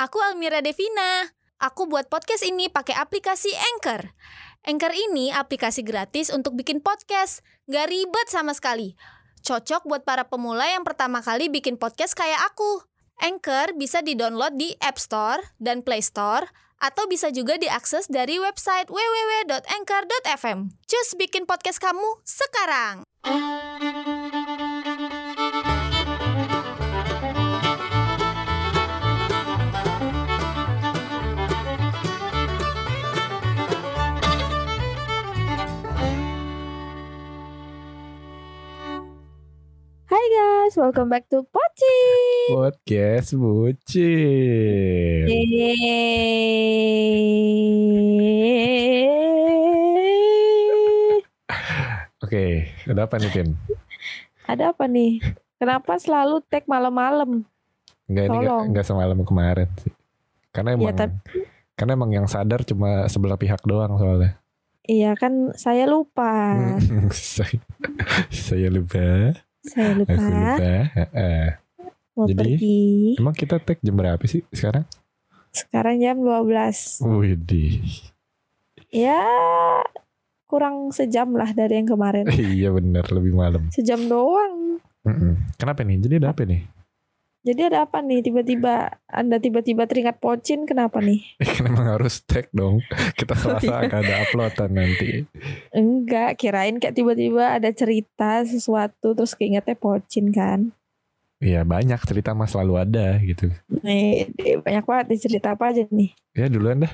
Aku Almira Devina. Aku buat podcast ini pakai aplikasi Anchor. Anchor ini aplikasi gratis untuk bikin podcast. Nggak ribet sama sekali. Cocok buat para pemula yang pertama kali bikin podcast kayak aku. Anchor bisa di-download di App Store dan Play Store atau bisa juga diakses dari website www.anchor.fm. Cus bikin podcast kamu sekarang. Hai guys, welcome back to Poci. Podcast bucin. Iya. Yeay. Oke, ada apa nih Pin? Ada apa nih? Kenapa selalu tag malam-malam? Enggak ini enggak, Tolong. Iya, enggak semalam kemarin sih. Karena emang tapi- karena emang yang sadar cuma sebelah pihak doang soalnya. Iya kan, saya lupa. Hmm. saya, saya lupa, Saya aku lupa. lupa. Heeh. Mau Jadi? pergi. Emang kita tag jam berapa sih sekarang? Sekarang jam 12. Widih. Ya, kurang sejam lah dari yang kemarin. iya bener lebih malam. Sejam doang. Mm-mm. Kenapa nih? Jadi ada apa nih? Jadi ada apa nih? Tiba-tiba Anda tiba-tiba teringat pocin, kenapa nih? Kan emang harus tag dong. Kita selasa akan ada uploadan nanti. Enggak, kirain kayak tiba-tiba ada cerita sesuatu terus keingetnya pocin kan. Iya banyak cerita mas selalu ada gitu. Nih, deh, banyak banget nih cerita apa aja nih. Ya duluan dah.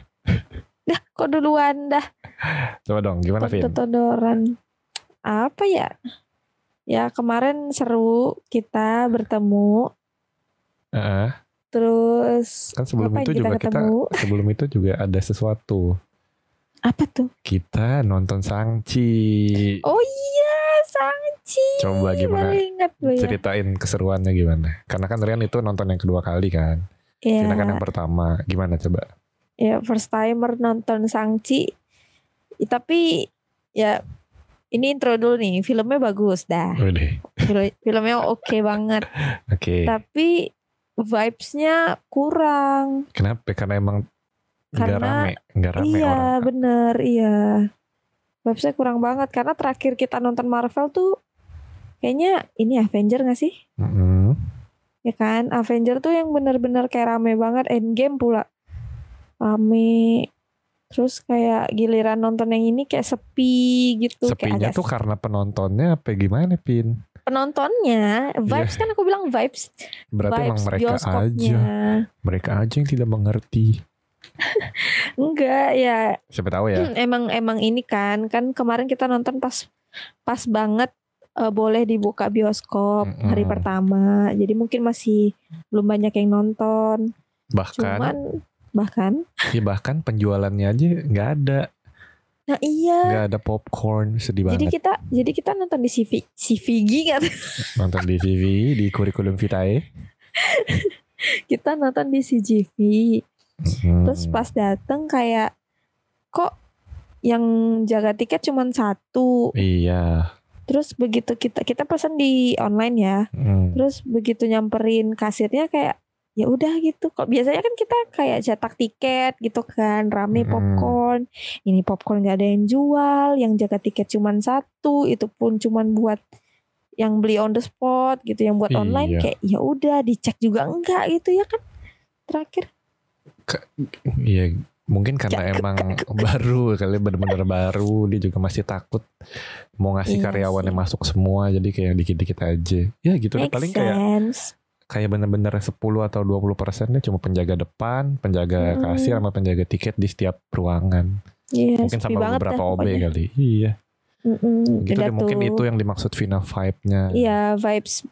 Dah, kok duluan dah Coba dong, gimana Vin? todoran. Apa ya? Ya kemarin seru kita bertemu Heeh. terus kan sebelum ngapain itu juga kita, ketemu? sebelum itu juga ada sesuatu. Apa tuh? Kita nonton Sangchi. Oh iya, Sangci. Coba gimana? Baru ingat gue ya. Ceritain keseruannya gimana? Karena kan Rian itu nonton yang kedua kali kan. Ya, Kita kan yang pertama. Gimana coba? ya first timer nonton Sangci. Tapi ya ini intro dulu nih, filmnya bagus dah. Wede. Fil- filmnya oke banget Oke. tapi vibes-nya kurang Kenapa? Karena emang nggak Karena- rame, nggak rame iya orang. bener iya vibes-nya kurang banget karena terakhir kita nonton Marvel tuh kayaknya ini Avenger gak sih Mm-mm. ya kan Avenger tuh yang bener-bener kayak rame banget Endgame pula rame terus kayak giliran nonton yang ini kayak sepi gitu Sepinya kayak agak tuh karena penontonnya apa gimana Pin? penontonnya vibes kan aku bilang vibes Iya. Berarti emang vibes mereka aja, mereka aja yang tidak mengerti. enggak ya Siapa tahu ya. Hmm, emang emang ini kan kan kemarin kita nonton pas pas banget eh, boleh dibuka bioskop hari Mm-mm. pertama jadi mungkin masih belum banyak yang nonton Bahkan cuman bahkan Ya bahkan penjualannya aja nggak ada, nah iya nggak ada popcorn, sedih jadi banget. kita jadi kita nonton di CV CVG kan Nonton di TV di kurikulum vitae. kita nonton di CGV terus Hmm. pas dateng kayak kok yang jaga tiket cuman satu Iya. terus begitu kita kita pesan di online ya Mm. Terus begitu nyamperin kasirnya kayak ya udah gitu. Kok biasanya kan kita kayak cetak tiket gitu kan, rame Mm-mm. popcorn. Ini popcorn nggak ada yang jual, yang jaga tiket cuman satu, itu pun cuman buat yang beli on the spot gitu, yang buat online Iya. kayak ya udah dicek juga enggak gitu ya kan. Terakhir Iya. Mungkin karena Cak- emang baru kali bener-bener baru dia juga masih takut mau ngasih Iya karyawannya sih. masuk semua jadi kayak dikit-dikit aja. Ya gitu deh make paling kayak sense. kayak bener-bener 10 atau 20 persennya cuma penjaga depan, penjaga Mm. kasir sama penjaga tiket di setiap ruangan. Iya, Mungkin sepi sama banget beberapa dah OB pokoknya. kali. Iya. Mm-mm, gitu udah deh mungkin tuh. itu yang dimaksud final vibe-nya Iya, vibes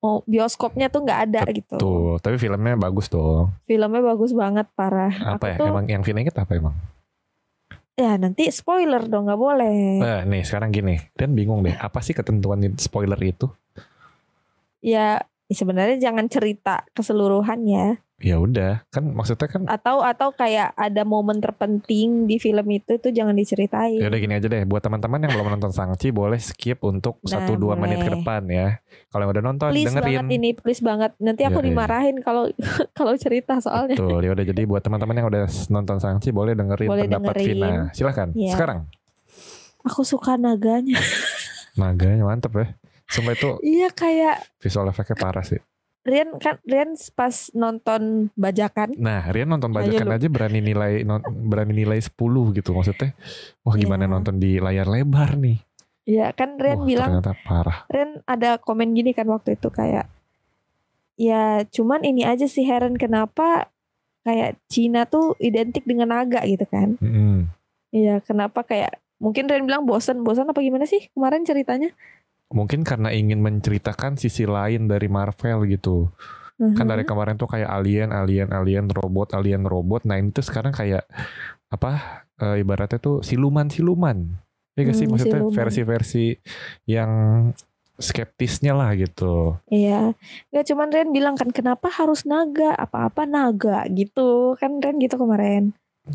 mau bioskopnya tuh nggak ada gitu. tuh tapi filmnya bagus dong Filmnya bagus banget parah. apa Aku ya tuh- emang yang film inget apa emang Ya nanti spoiler dong nggak boleh. Eh, nih sekarang gini dan bingung deh apa sih ketentuan di- spoiler itu Ya sebenarnya jangan cerita keseluruhan ya. ya udah kan maksudnya kan atau atau kayak ada momen terpenting di film itu tuh jangan diceritain. ya udah gini aja deh buat teman-teman yang belum nonton Sangchi boleh skip untuk Nah, satu dua menit boleh. ke depan ya kalau yang udah nonton please dengerin banget ini, please banget. Nanti aku Yoi. dimarahin kalau kalau cerita soalnya. Betul, ya udah jadi buat teman-teman yang udah s- nonton Sangchi boleh dengerin Boleh pendapat dengerin. Vina. Silahkan. Iya. Sekarang. Aku suka naganya. Naganya mantep ya. Sumpah itu Iya kayak visual efeknya parah sih. Rian kan Rian pas nonton bajakan Nah, Rian nonton Nanya bajakan lu. aja berani nilai non- berani nilai 10 gitu maksudnya. Wah, Iya. gimana nonton di layar lebar nih. Ya kan Rian Wah, bilang ternyata parah. Ren ada komen gini kan waktu itu kayak ya cuman ini aja sih heran kenapa kayak Cina tuh identik dengan naga gitu kan Mm-mm. Iya kenapa kayak mungkin Ren bilang bosan bosan apa gimana sih kemarin ceritanya Mungkin karena ingin menceritakan sisi lain dari Marvel gitu. Uh-huh. Mm-hmm. Kan dari kemarin tuh kayak alien, alien, alien, robot, alien, robot. Nah, ini tuh sekarang kayak apa? eh, ibaratnya tuh siluman-siluman. Ya gak sih Hmm, maksudnya siluman. versi-versi yang skeptisnya lah gitu. Iya nggak cuman Ren bilang kan kenapa harus naga apa-apa naga gitu kan Ren gitu kemarin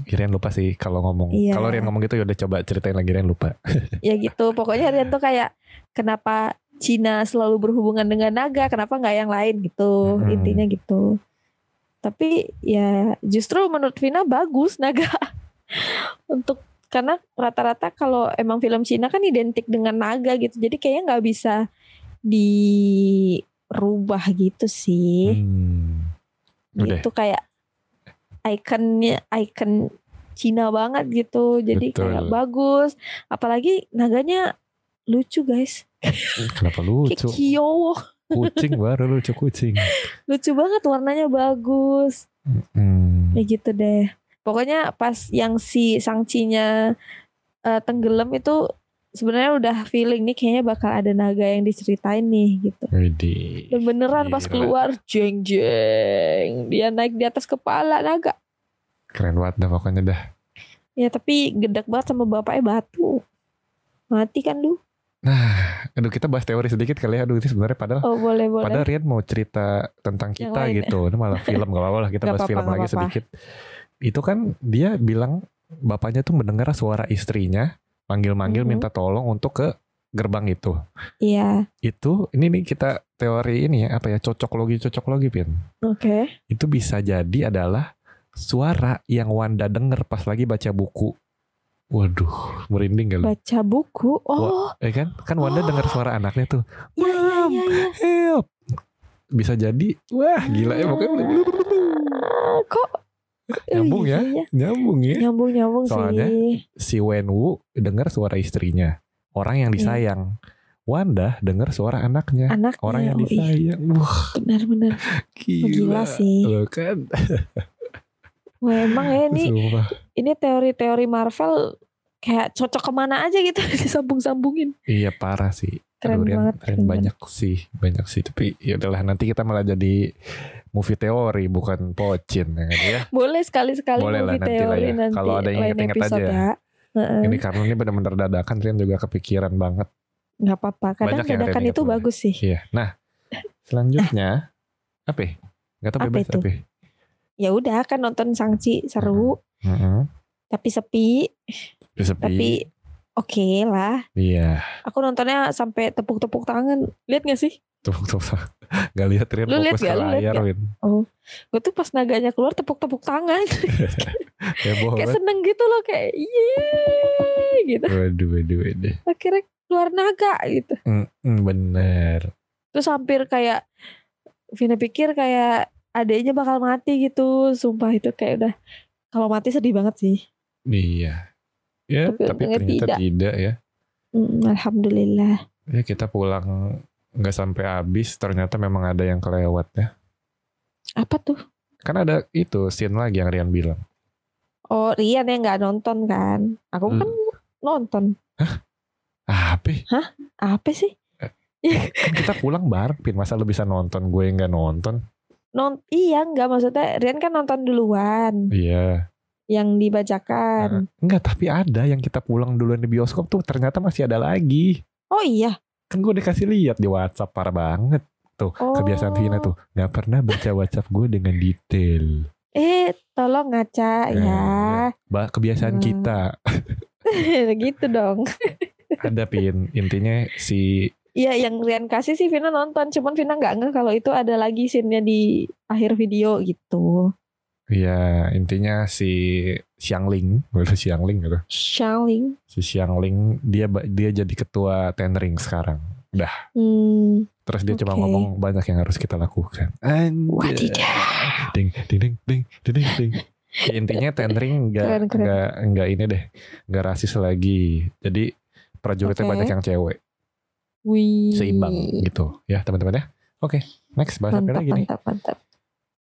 Rian lupa sih kalau ngomong. Iya. Kalau Rian ngomong gitu ya udah coba ceritain lagi Rian lupa. ya gitu pokoknya Ren tuh kayak kenapa Cina selalu berhubungan dengan naga kenapa nggak yang lain gitu Hmm. intinya gitu tapi ya justru menurut Vina bagus naga untuk karena rata-rata kalau emang film Cina kan identik dengan naga gitu jadi kayaknya nggak bisa dirubah gitu sih Hmm. Udah. gitu kayak ikonnya ikon Cina banget gitu jadi Betul. kayak bagus apalagi naganya lucu guys Kenapa kayak lucu? kiowo Kucing baru lucu kucing. lucu banget warnanya bagus Hmm. ya gitu deh pokoknya pas yang si sangcinya eh, tenggelam itu sebenarnya udah feeling nih kayaknya bakal ada naga yang diceritain nih gitu Widih. dan beneran pas Gila. keluar jeng jeng dia naik di atas kepala naga Keren banget dah pokoknya dah. Ya tapi gedek banget sama bapaknya batu. Mati kan lu? Nah, Aduh kita bahas teori sedikit kali ya. Aduh ini sebenarnya padahal Oh boleh boleh. Padahal Rian mau cerita tentang Yang kita lain. gitu. Ini malah film gak apa-apa lah kita Gak bahas apa-apa, film gak lagi apa-apa. sedikit. Itu kan dia bilang bapaknya tuh mendengar suara istrinya manggil-manggil Mhm. minta tolong untuk ke gerbang itu. Iya. Itu ini nih kita teori ini ya apa ya cocok logi cocok logi pin. Oke. Itu bisa jadi adalah suara yang Wanda denger pas lagi baca buku. Waduh, merinding kali. Baca buku. Oh Ya kan? Kan Wanda Oh. dengar suara anaknya tuh. iya iya Mam, iya. iya. help. Bisa jadi. Wah, gila ya pokoknya. Kok? Nyambung ya? Iya, iya. Nyambung ya. Nyambung nyambung Soalnya- eh, sih. si Wenwu dengar suara istrinya, Iya. orang yang disayang. Wanda dengar suara anaknya, Anak. ya, orang yang disayang. Wah, Benar benar. gila. Iya. Gila sih. Loh kan. Wah emang ya ini Sumpah. ini teori-teori Marvel kayak cocok kemana aja gitu disambung-sambungin. Iya, parah sih. Keren Aduh, Rian- banget. Rian banyak sih, banyak sih. Tapi ya udahlah nanti kita malah jadi movie teori bukan pocin ya. kan ya. Boleh sekali-sekali Boleh lah, movie nanti lah teori ya. nanti. Kalau ada yang lain inget-inget aja episode ya. Heeh. Ini karena ini benar-benar dadakan, Rian juga kepikiran banget. nggak apa-apa kadang Banyak yang ada yang dadakan ingat itu banget. bagus sih Iya. Nah, selanjutnya apa? ya? Nggak tahu Apa bebas itu? apa. ya? ya udah kan nonton sangci seru Mm-mm. tapi sepi Resepi. tapi oke lah Ya, Iya. aku nontonnya sampai tepuk-tepuk tangan lihat gak sih Tepuk tepuk Gak lihat Rian Lu lihat fokus ke nggak? Lu lihat layar nggak? Win. gue tuh pas naganya keluar tepuk-tepuk tangan Heboh kayak Ya, banget. seneng gitu loh kayak yeay gitu Waduh waduh waduh. akhirnya keluar naga gitu Mm, bener. terus hampir kayak Vina pikir kayak adeknya bakal mati gitu sumpah itu kayak udah kalau mati sedih banget sih Iya. Ya, Tapi tapi, untungnya ternyata tidak. tidak. ya. Mm, alhamdulillah Ya kita pulang nggak sampai habis ternyata memang ada yang kelewat ya. apa tuh Kan ada itu scene lagi yang Rian bilang. Oh Rian yang nggak nonton kan? Aku Hmm. kan nonton. Ah, Pi, Apa sih? kan kita pulang bareng, Pin. Masa lu bisa nonton, gue yang nggak nonton? Non iya nggak maksudnya Rian kan nonton duluan Iya. yang dibacakan. Enggak, tapi ada yang kita pulang duluan di bioskop tuh ternyata masih ada lagi. Oh iya, Kan gue udah kasih lihat di WhatsApp parah banget. Tuh, Oh. kebiasaan Vina tuh. Gak pernah baca WhatsApp gue dengan detail. Eh, tolong ngaca ya. Eh, Ba- Iya. kebiasaan Hmm. kita. iya. ya. gitu dong. Ada Pin. Intinya si Iya, yang Rian kasih sih Vina nonton, cuman Vina nggak ngeh kalau itu ada lagi scene-nya di akhir video gitu. ya intinya si Xiangling, udah Xiangling gitu. Shaling. Si Xiangling dia ba- dia jadi ketua Tenring sekarang. Hmm. Terus dia coba Oke. ngomong banyak yang harus kita lakukan. Anjir. Wadidah. ding ding ding ding ding ding, ding. Ya, intinya Keren, tendering nggak keren. nggak nggak ini deh nggak rasis lagi jadi Oke. prajuritnya Iya. banyak yang cewek Wih. seimbang gitu ya teman-teman ya oke next bahas apa Mantap, lagi nih mantap, mantap.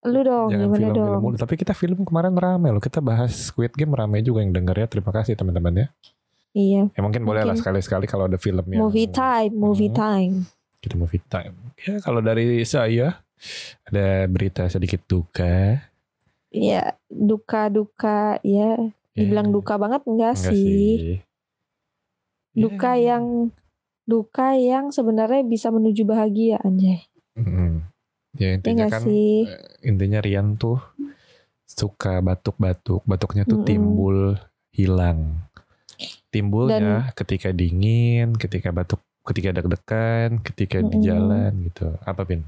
Lu dong, jangan gimana film film dong? mulu tapi kita film kemarin rame loh kita bahas Squid Game rame juga yang denger ya terima kasih teman-teman ya Iya, ya mungkin, boleh lah Mungkin. sekali-sekali kalau ada film yang movie time, movie Hmm. time. kita movie time ya kalau dari saya ada berita sedikit duka Iya, duka-duka, ya. Dibilang Ya, duka banget enggak, enggak sih? Ya. duka yang duka yang sebenarnya bisa menuju bahagia anjay Mm-mm. ya Ya intinya nggak kan sih intinya Rian tuh suka batuk-batuk, batuknya tuh Mm-mm. timbul hilang. Timbulnya ketika dingin, ketika batuk, ketika deg-degan, ketika di Mm-mm. jalan gitu. Apa pin?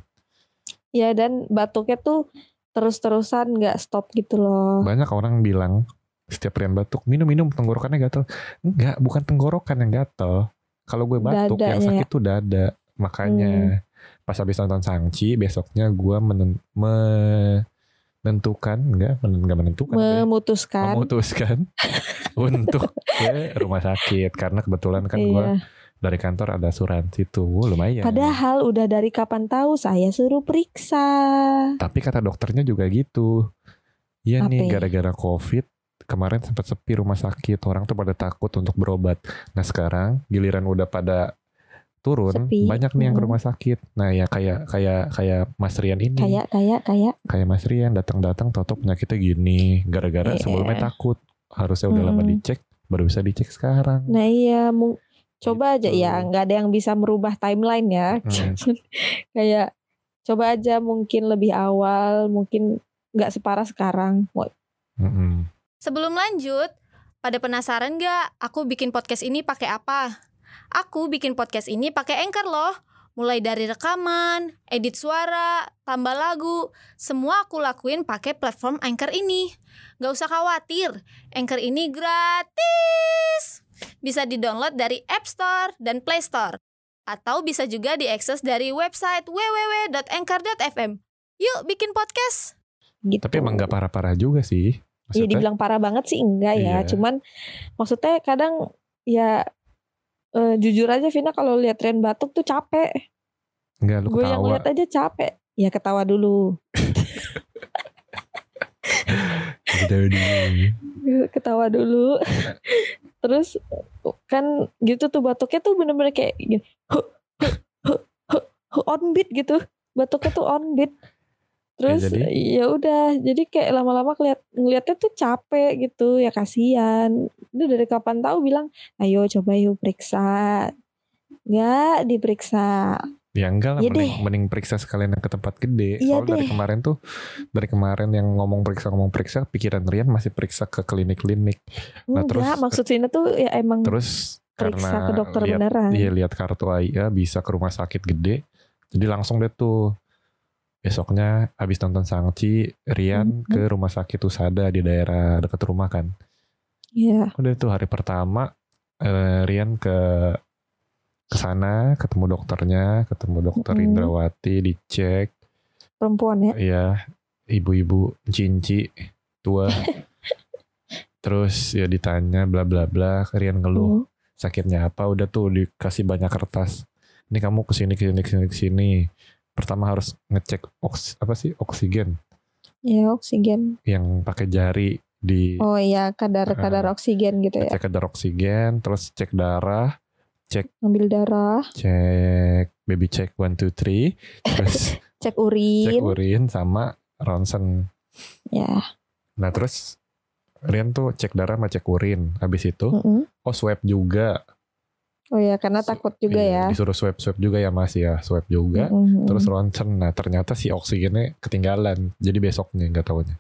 ya dan batuknya tuh terus-terusan nggak stop gitu loh Banyak orang bilang setiap Rian batuk, minum-minum tenggorokannya gatel. Enggak, bukan tenggorokan yang gatel. Kalau gue batuk Dadanya yang Hmm. sakit tuh dada. Makanya pas habis nonton Sangchi besoknya gue menen- menentukan enggak, menen- enggak menentukan. deh. memutuskan memutuskan untuk ke rumah sakit karena kebetulan kan gua Iya. dari kantor ada asuransi tuh Wah, lumayan. padahal udah dari kapan tahu saya suruh periksa Tapi kata dokternya juga gitu. Iya Apa nih ya? gara-gara covid kemarin sempat sepi rumah sakit orang tuh pada takut untuk berobat. Nah sekarang giliran udah pada turun Sepi. banyak nih yang ke Mm. rumah sakit. Nah ya kayak kayak kayak Mas Rian ini. kayak kayak kayak kayak Mas Rian datang-datang toto penyakitnya gini gara-gara Iya. sebelumnya takut harusnya udah lama Mm. dicek baru bisa dicek sekarang nah iya mu- coba aja Gitu. ya nggak ada yang bisa merubah timeline ya Mm. kayak coba aja mungkin lebih awal mungkin nggak separah sekarang Mm-mm. Sebelum lanjut, pada penasaran gak aku bikin podcast ini pakai apa? Aku bikin podcast ini pakai Anchor loh. Mulai dari rekaman, edit suara, tambah lagu, semua aku lakuin pakai platform Anchor ini. Gak usah khawatir, Anchor ini gratis. Bisa di-download dari App Store dan Play Store. Atau bisa juga diakses dari website www.anchor.fm. Yuk bikin podcast! gitu tapi emang nggak parah-parah juga Iya sih Maksudnya, dibilang parah banget sih enggak ya. Iya. Cuman maksudnya kadang ya eh, jujur aja Vina kalau lihat tren batuk tuh capek. nggak lu Gue yang ketawa lihat aja capek. Ya ketawa dulu. Ketawa dulu. Ketawa dulu. Iya. Terus kan gitu tuh batuknya tuh bener-bener kayak gini. on beat gitu. Batuknya tuh on beat. Terus jadi? ya udah, jadi kayak lama-lama keliat ngeliatnya tuh capek gitu, ya kasihan. Lu dari kapan tahu bilang, "Ayo coba yuk periksa." Nggak diperiksa. ya enggak lah Iya mending, deh. mending periksa sekalian yang ke tempat gede Iya soalnya dari deh. kemarin tuh dari kemarin yang ngomong periksa ngomong periksa pikiran Rian masih periksa ke klinik-klinik Hmm. Nah, Enggak, terus- maksud Vina tuh ya emang terus periksa karena ke dokter lihat beneran. Iya lihat kartu AIA bisa ke rumah sakit gede. Jadi langsung deh tuh besoknya habis nonton Sangci, Rian Mhm. ke rumah sakit Usada di daerah dekat rumah kan. Iya. Udah tuh hari pertama eh, Rian ke ke sana ketemu dokternya, ketemu dokter Mhm. Indrawati dicek, perempuan ya. ya ibu-ibu cinci tua. Terus ya ditanya bla bla bla, Rian ngeluh Hmm. sakitnya apa udah tuh dikasih banyak kertas ini kamu kesini kesini kesini kesini pertama harus ngecek oks apa sih oksigen Ya oksigen. yang pakai jari di Oh iya, kadar-kadar oksigen gitu ya. cek kadar oksigen terus cek darah Ambil darah, cek baby check one two three terus cek cek urin. urin sama ronsen Ya. nah terus Rian tuh cek darah sama cek urin habis itu mm-mm. oh swab juga Oh ya, karena takut juga ya. Iya, Disuruh swab swab juga ya Mas ya, swab juga. Mm-mm. Terus roncen. Nah ternyata si oksigennya ketinggalan. Jadi besoknya nggak tahunya.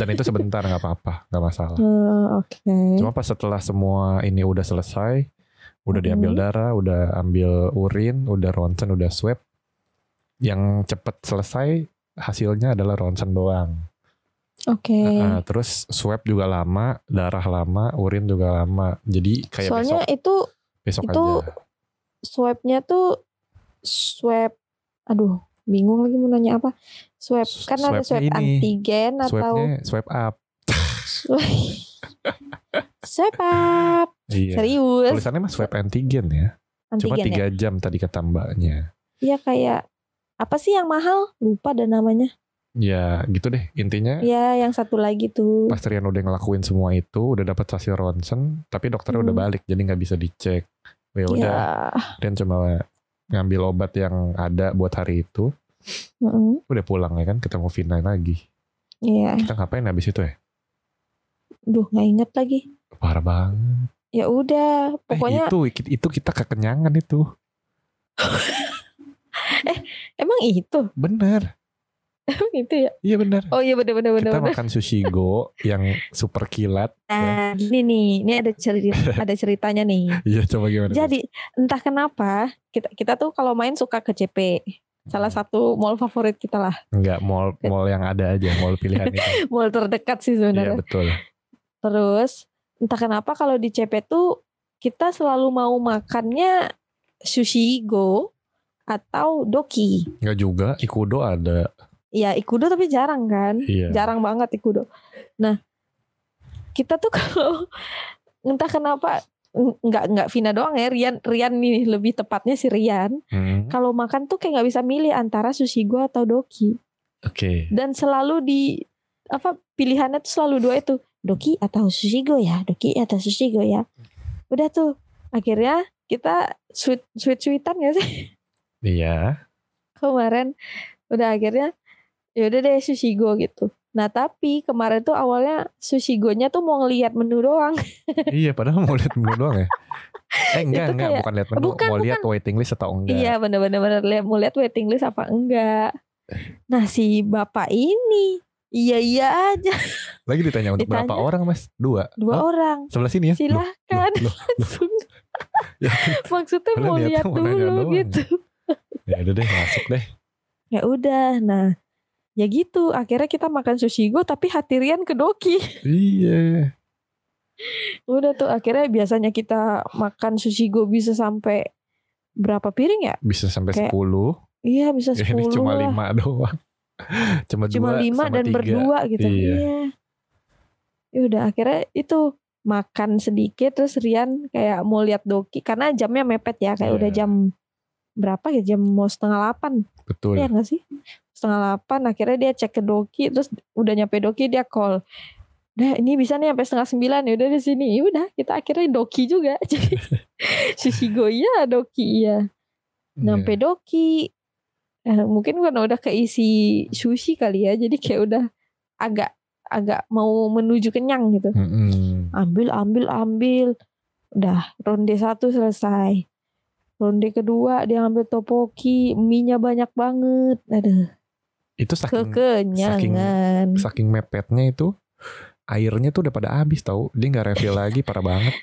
Dan itu sebentar nggak apa-apa, nggak masalah. Eh, Oke. Cuma pas setelah semua ini udah selesai, udah Mhm. diambil darah, udah ambil urin, udah ronsen, udah swab, yang cepet selesai hasilnya adalah ronsen doang. Oke. Nah, terus swab juga lama, darah lama, urin juga lama. Jadi kayak Soalnya itu besok besok itu aja. swabnya tuh swab. Aduh, bingung lagi mau nanya apa. Swab S- kan ada swabnya swab ini. antigen atau Swabnya swab up. swab up. Iya. Serius Tulisannya mah swab antigen ya. antigen Cuma ya? tiga jam tadi kata mbaknya. Iya kayak apa sih yang mahal? Lupa dan namanya. Ya gitu deh intinya. Ya, yang satu lagi tuh. Pas Rian udah ngelakuin semua itu, udah dapat hasil ronsen, tapi dokternya udah Hmm. balik, jadi nggak bisa dicek. Ya Ya. udah, Rian cuma ngambil obat yang ada buat hari itu, Mm-mm. udah pulang ya kan, ketemu Vina lagi. Iya. Kita ngapain habis itu ya? Duh, nggak inget lagi. Parah banget. Ya udah, Eh, pokoknya itu itu kita kekenyangan itu, emang itu, bener. emang itu ya. Iya bener. Oh iya bener-bener bener. kita makan sushi go yang super kilat. Nah, ya. gini nih, ini ada cerita, ada ceritanya nih. Iya coba gimana? Jadi entah kenapa kita kita tuh kalau main suka ke CP. Salah Hmm. satu mall favorit kita lah, Enggak mall mall yang ada aja, mall pilihan itu. mall terdekat sih Iya sebenarnya. betul. Terus entah kenapa kalau di CP tuh kita selalu mau makannya sushi go atau doki. Enggak juga, Ikudo ada. Ya ikudo tapi jarang kan. Iya. jarang banget ikudo. Nah, kita tuh kalau entah kenapa n- nggak nggak Vina doang ya Rian Rian nih lebih tepatnya si Rian Hmm, kalau makan tuh kayak nggak bisa milih antara sushi gua atau doki Oke. dan selalu di apa pilihannya tuh selalu dua itu doki atau sushi go ya doki atau sushi go ya udah tuh akhirnya kita sweet sweet sweetan gak sih Iya. kemarin udah akhirnya ya udah deh sushi go gitu nah tapi kemarin tuh awalnya sushi go-nya tuh mau ngelihat menu doang iya padahal mau lihat menu doang ya eh enggak Itu enggak kayak- bukan lihat menu Bukan, mau lihat waiting list atau enggak iya bener-bener bener. lihat mau lihat waiting list apa enggak nah si bapak ini iya iya aja lagi ditanya untuk berapa Ditanya. orang mas dua dua Oh, orang sebelah sini ya Loh, silahkan loh, loh. langsung Ya, maksudnya padahal mau niatnya lihat mau nanya dulu doang. gitu ya udah deh masuk deh ya udah nah ya gitu akhirnya kita makan sushi go tapi hati Rian ke doki iya Udah tuh akhirnya biasanya kita makan sushi go bisa sampai berapa piring ya? bisa sampai Kayak sepuluh Iya bisa 10 Ya, ini cuma lah. lima doang cuma, Cuma dua 5 sama dan tiga. berdua gitu. Iya. Ya udah akhirnya itu makan sedikit terus Rian kayak mau lihat Doki karena jamnya mepet ya kayak Iya. udah jam berapa ya jam mau setengah delapan betul Iya gak sih? Setengah delapan akhirnya dia cek ke Doki terus udah nyampe Doki dia call. Nah ini bisa nih sampai setengah sembilan ya udah di sini. Ya udah kita akhirnya Doki juga. Jadi sushi go iya Doki iya. Iya. Nyampe Doki. Eh, mungkin karena udah keisi sushi kali ya. Jadi kayak udah agak agak mau menuju kenyang gitu. Mm-mm. Ambil ambil ambil. Udah ronde satu selesai. Ronde kedua dia ambil topoki, mie-nya banyak banget. Aduh itu saking kekenyangan saking mepetnya itu airnya tuh udah pada habis tau dia nggak refill lagi parah banget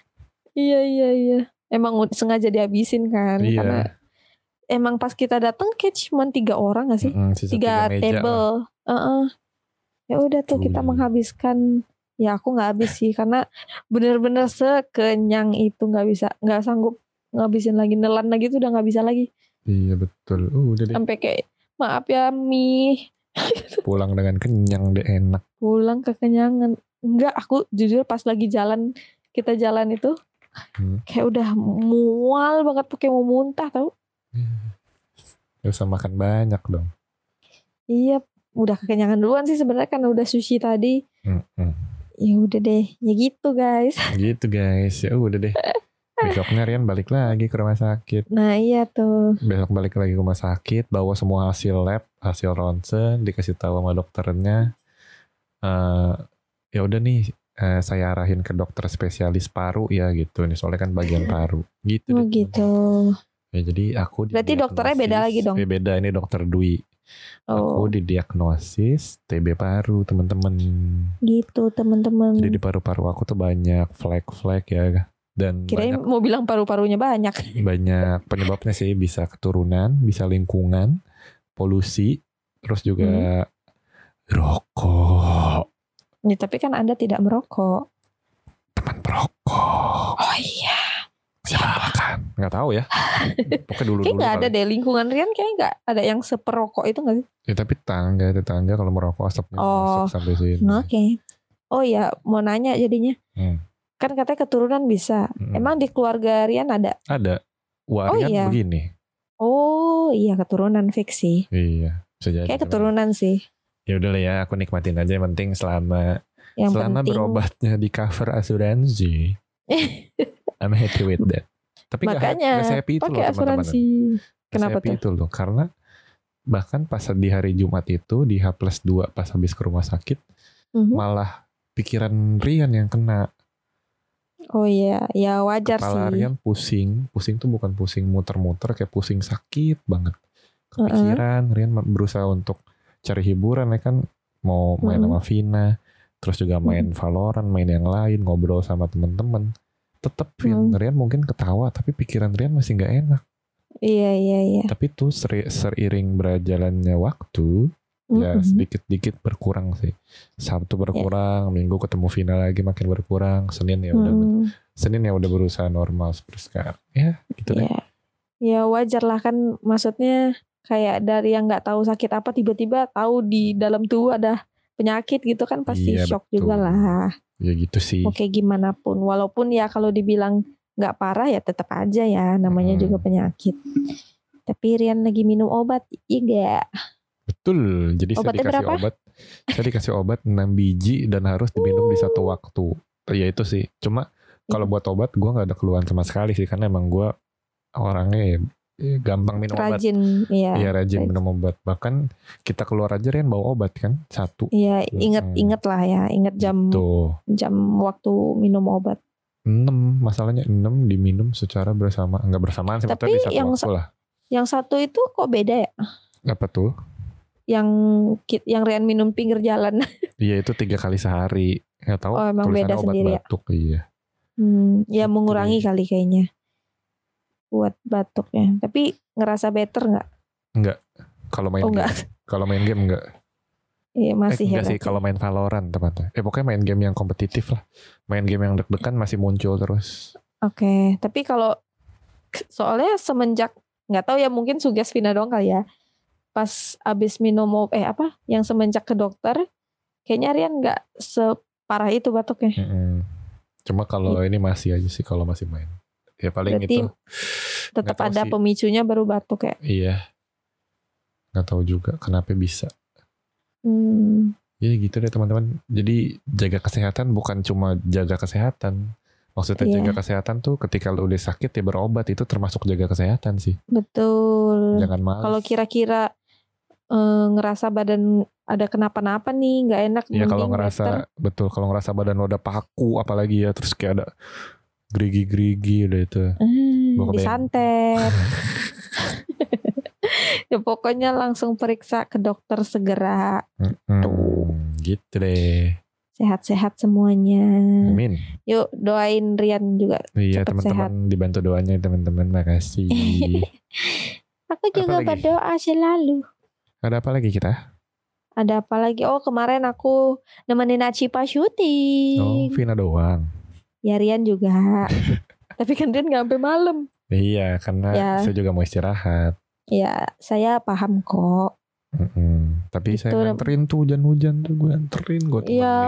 iya iya iya emang ud- sengaja dihabisin kan Iya. karena emang pas kita datang kayak cuma tiga orang gak sih Mm-mm, sisa tiga, Hmm, meja lah. table Heeh. ya udah tuh kita Cuy. menghabiskan ya aku nggak habis sih karena bener-bener sekenyang itu nggak bisa nggak sanggup ngabisin lagi nelan lagi tuh udah nggak bisa lagi iya betul uh, udah deh sampai kayak maaf ya mie pulang dengan kenyang deh enak pulang kekenyangan enggak aku jujur pas lagi jalan kita jalan itu Hmm. kayak udah mual banget pakai mau muntah tau Gak usah makan banyak dong. iya udah kekenyangan duluan sih sebenarnya karena udah sushi tadi Mm-mm. ya udah deh ya gitu guys Gitu guys. Ya udah deh. Besoknya Rian balik lagi ke rumah sakit. nah iya tuh Besok balik lagi ke rumah sakit. Bawa semua hasil lab, hasil ronsen. Dikasih tahu sama dokternya. Eh, ya udah nih eh, saya arahin ke dokter spesialis paru ya gitu. Ini soalnya kan bagian paru. Gitu. Oh deh. gitu. Ya, jadi aku Berarti dokternya beda didiagnosis- lagi dong? Ya, beda ini dokter Dwi. Oh Aku didiagnosis TB paru, teman-teman. gitu teman-teman. Jadi di paru-paru aku tuh banyak flek-flek ya dan Kirain mau bilang paru-parunya banyak. banyak penyebabnya sih bisa keturunan, bisa lingkungan, polusi, terus Hmm. juga rokok, Ya, tapi kan Anda tidak merokok. teman perokok, Oh iya. silakan. Nggak tahu ya. Pokoknya dulu Kayak dulu. nggak ada deh lingkungan Rian kayak nggak ada yang seperokok itu nggak sih? Ya, tapi tetangga, tetangga kalau merokok asapnya Oh. masuk sampai sini. Oke. Oh iya, mau nanya jadinya. Hmm. Kan katanya keturunan bisa. Mm-mm. Emang di keluarga Rian ada? Hmm. ada warian iya. begini. Oh iya keturunan fix sih. Iya, bisa jadi. Kayak keturunan sih. Ya udah lah ya, aku nikmatin aja yang penting selama Yang selama penting. berobatnya di cover asuransi. I'm happy with that. Tapi nggak Makanya, nggak happy itu loh Pakai teman-teman. asuransi. Nggak Kenapa happy tuh? itu loh karena bahkan pas di hari Jumat itu di H plus 2 pas habis ke rumah sakit Mhm. malah pikiran Rian yang kena Oh iya, ya wajar kepala sih. Rian pusing pusing tuh bukan pusing muter-muter kayak pusing sakit banget kepikiran Rian ma- berusaha untuk cari hiburan ya kan mau main Mm-mm. sama Vina terus juga Hmm. main Valorant main yang lain ngobrol sama temen-temen tetep Mm. Rian, Rian mungkin ketawa tapi pikiran Rian masih nggak enak Iya iya iya. tapi tuh seri- seiring berjalannya waktu ya Mhm. sedikit-sedikit berkurang sih Sabtu berkurang Iya. Minggu ketemu final lagi makin berkurang Senin ya udah Mhm. Senin ya udah berusaha normal seperti sekarang ya gitu deh Ya. ya wajar lah kan maksudnya kayak dari yang nggak tahu sakit apa tiba-tiba tahu di dalam tubuh ada penyakit gitu kan pasti Iya, shock betul. juga lah. ya gitu sih Iya. Oke gimana pun walaupun ya kalau dibilang nggak parah ya tetap aja ya namanya Mm-mm. juga penyakit. Tapi Rian lagi minum obat, iya gak? betul jadi saya Obatnya dikasih berapa? obat saya dikasih obat 6 biji dan harus diminum di satu Oh. waktu ya itu sih cuma Iya. kalau buat obat gue nggak ada keluhan sama sekali sih karena emang gue orangnya ya, ya gampang minum obat Rajin, iya. Iya rajin. rajin minum obat. Bahkan kita keluar aja Rian bawa obat kan satu. Gitu. Iya, Mm-mm. inget-inget lah ya, inget jam Tuh jam waktu minum obat. enam masalahnya enam diminum secara bersama nggak bersamaan sih Tapi maksudnya di satu yang waktu lah. Yang satu itu kok beda ya? Apa tuh? Yang ki- yang Rian minum pinggir jalan. Iya itu tiga kali sehari. Nggak tahu. Oh, emang beda tulisannya obat sendiri ya? batuk. Iya. Hmm, ya Gitu mengurangi deh. kali kayaknya buat batuknya. Tapi ngerasa better nggak? Kalau main Oh game, nggak? kalau main game enggak. Iya masih ya. eh, enggak sih berarti. kalau main Valorant teman-teman. Eh pokoknya main game yang kompetitif lah. Main game yang deg-degan masih muncul terus. Oke, tapi kalau soalnya semenjak nggak tahu ya mungkin suges Vina doang kali ya. Pas abis minum o- eh apa? Yang semenjak ke dokter, kayaknya Rian nggak separah itu batuknya. Mm-mm. Cuma kalau ini masih aja sih kalau masih main. Ya paling Iya. Berarti itu. Tetap Nggak tahu ada sih. pemicunya baru batuk ya. Iya. Nggak tahu juga kenapa bisa. Hmm, Ya gitu deh teman-teman. Jadi jaga kesehatan bukan cuma jaga kesehatan. Maksudnya Iya. jaga kesehatan tuh ketika lu udah sakit ya berobat itu termasuk jaga kesehatan sih. betul. Jangan Iya, malas. Hmm. Kalau kira-kira eh, ngerasa badan ada kenapa-napa nih, nggak enak. ya kalau mending better. ngerasa betul kalau ngerasa badan lo udah paku apalagi ya terus kayak ada gerigi-gerigi udah itu. Hmm, Gua kebayang. disantet. ya pokoknya langsung periksa ke dokter segera. Mm-mm. Tuh. Gitu deh. Sehat-sehat semuanya. Amin. Yuk doain Rian juga. Iya Hmm. Cepet teman-teman dibantu doanya teman-teman makasih. Aku juga Iya. lagi? berdoa selalu. ada apa lagi kita? Ada apa lagi? Oh kemarin aku nemenin Acipa syuting. Oh, Vina doang. Ya Rian juga. Tapi kan Rian nggak sampai malam. Iya, karena Ya. saya juga mau istirahat. Ya saya paham kok. Mm-mm. Tapi saya Gitu. nganterin tuh hujan-hujan tuh gue anterin gue temenin. Iya.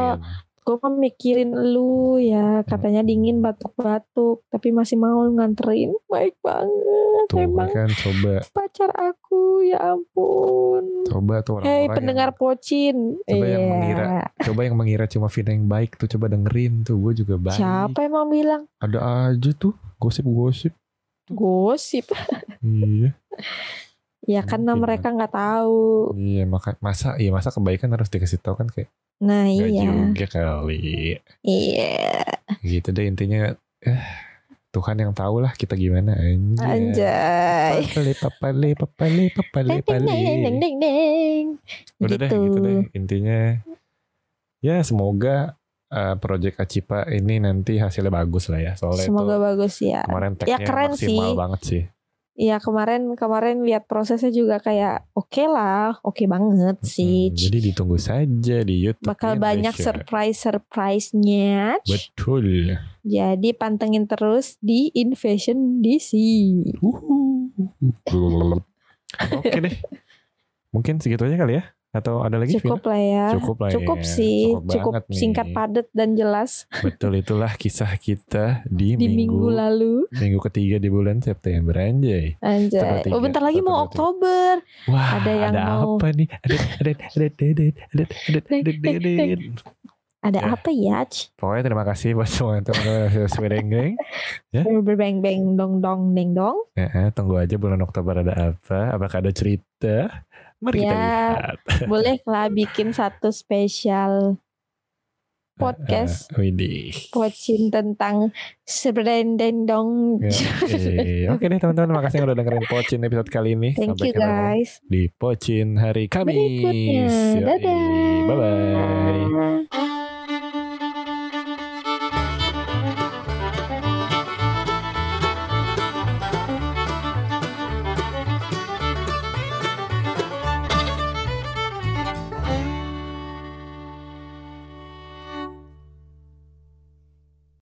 Gue kan mikirin lu ya katanya dingin batuk-batuk tapi masih mau nganterin baik banget Tuh emang kan coba pacar aku ya ampun coba tuh orang-orang Hei yang- pendengar pocin Coba yang Iya. mengira coba yang mengira cuma Vina yang baik tuh coba dengerin tuh gue juga baik. siapa emang bilang Ada aja tuh gosip-gosip. gosip Iya. ya karena Mungkin, mereka nggak tahu Iya maka masa iya masa kebaikan harus dikasih tahu kan kayak Nah Nggak iya, juga kali. iya, Gitu deh intinya. eh, Tuhan yang tahu lah kita gimana anjay. anjay. Papale, papale, papale, papale, Deng, deng, deng, deng, papale. deng, deng. Udah deh gitu deh intinya. Ya semoga eh, Project Acipa ini nanti hasilnya bagus lah ya. Soalnya Semoga itu bagus ya. kemarin tagnya keren maksimal sih. banget sih. Iya kemarin kemarin lihat prosesnya juga kayak oke lah, oke banget sih. Hmm, jadi ya. ditunggu saja di YouTube. Bakal banyak Indonesia. surprise surprise-nya. Betul. Jadi pantengin terus di Invasion DC. Uhuh. Oke deh. Mungkin segitu aja kali ya? Atau ada lagi? Cukup Vina? lah ya. Cukup lah ya. Cukup sih, cukup, banget nih. singkat padat dan jelas Betul itulah kisah kita di, di minggu, minggu lalu. minggu ketiga di bulan September anjay. Tanggal Anjay. tiga, Oh, bentar lagi tanggal mau tiga. Oktober. Wah, Ada yang mau- apa nih? Ada ada ada ada ada ada ada ada ada. ada. Ada Ya. apa ya? Ci? Pokoknya terima kasih buat semua teman-teman yang sudah dengerin. Berbeng beng dong dong deng dong. Heeh, tunggu aja bulan Oktober ada apa? Apakah ada cerita? Mari Ya. kita lihat. Boleh lah bikin satu spesial podcast Eh, Widih. pocin tentang sebrendeng dong. Ya, eh, Oke deh teman-teman, makasih yang udah dengerin Pocin episode kali ini. Thank Sampai ya? you ketemu guys. di Pocin hari Kamis. Berikutnya. Yoi, Dadah. Bye-bye. Bye.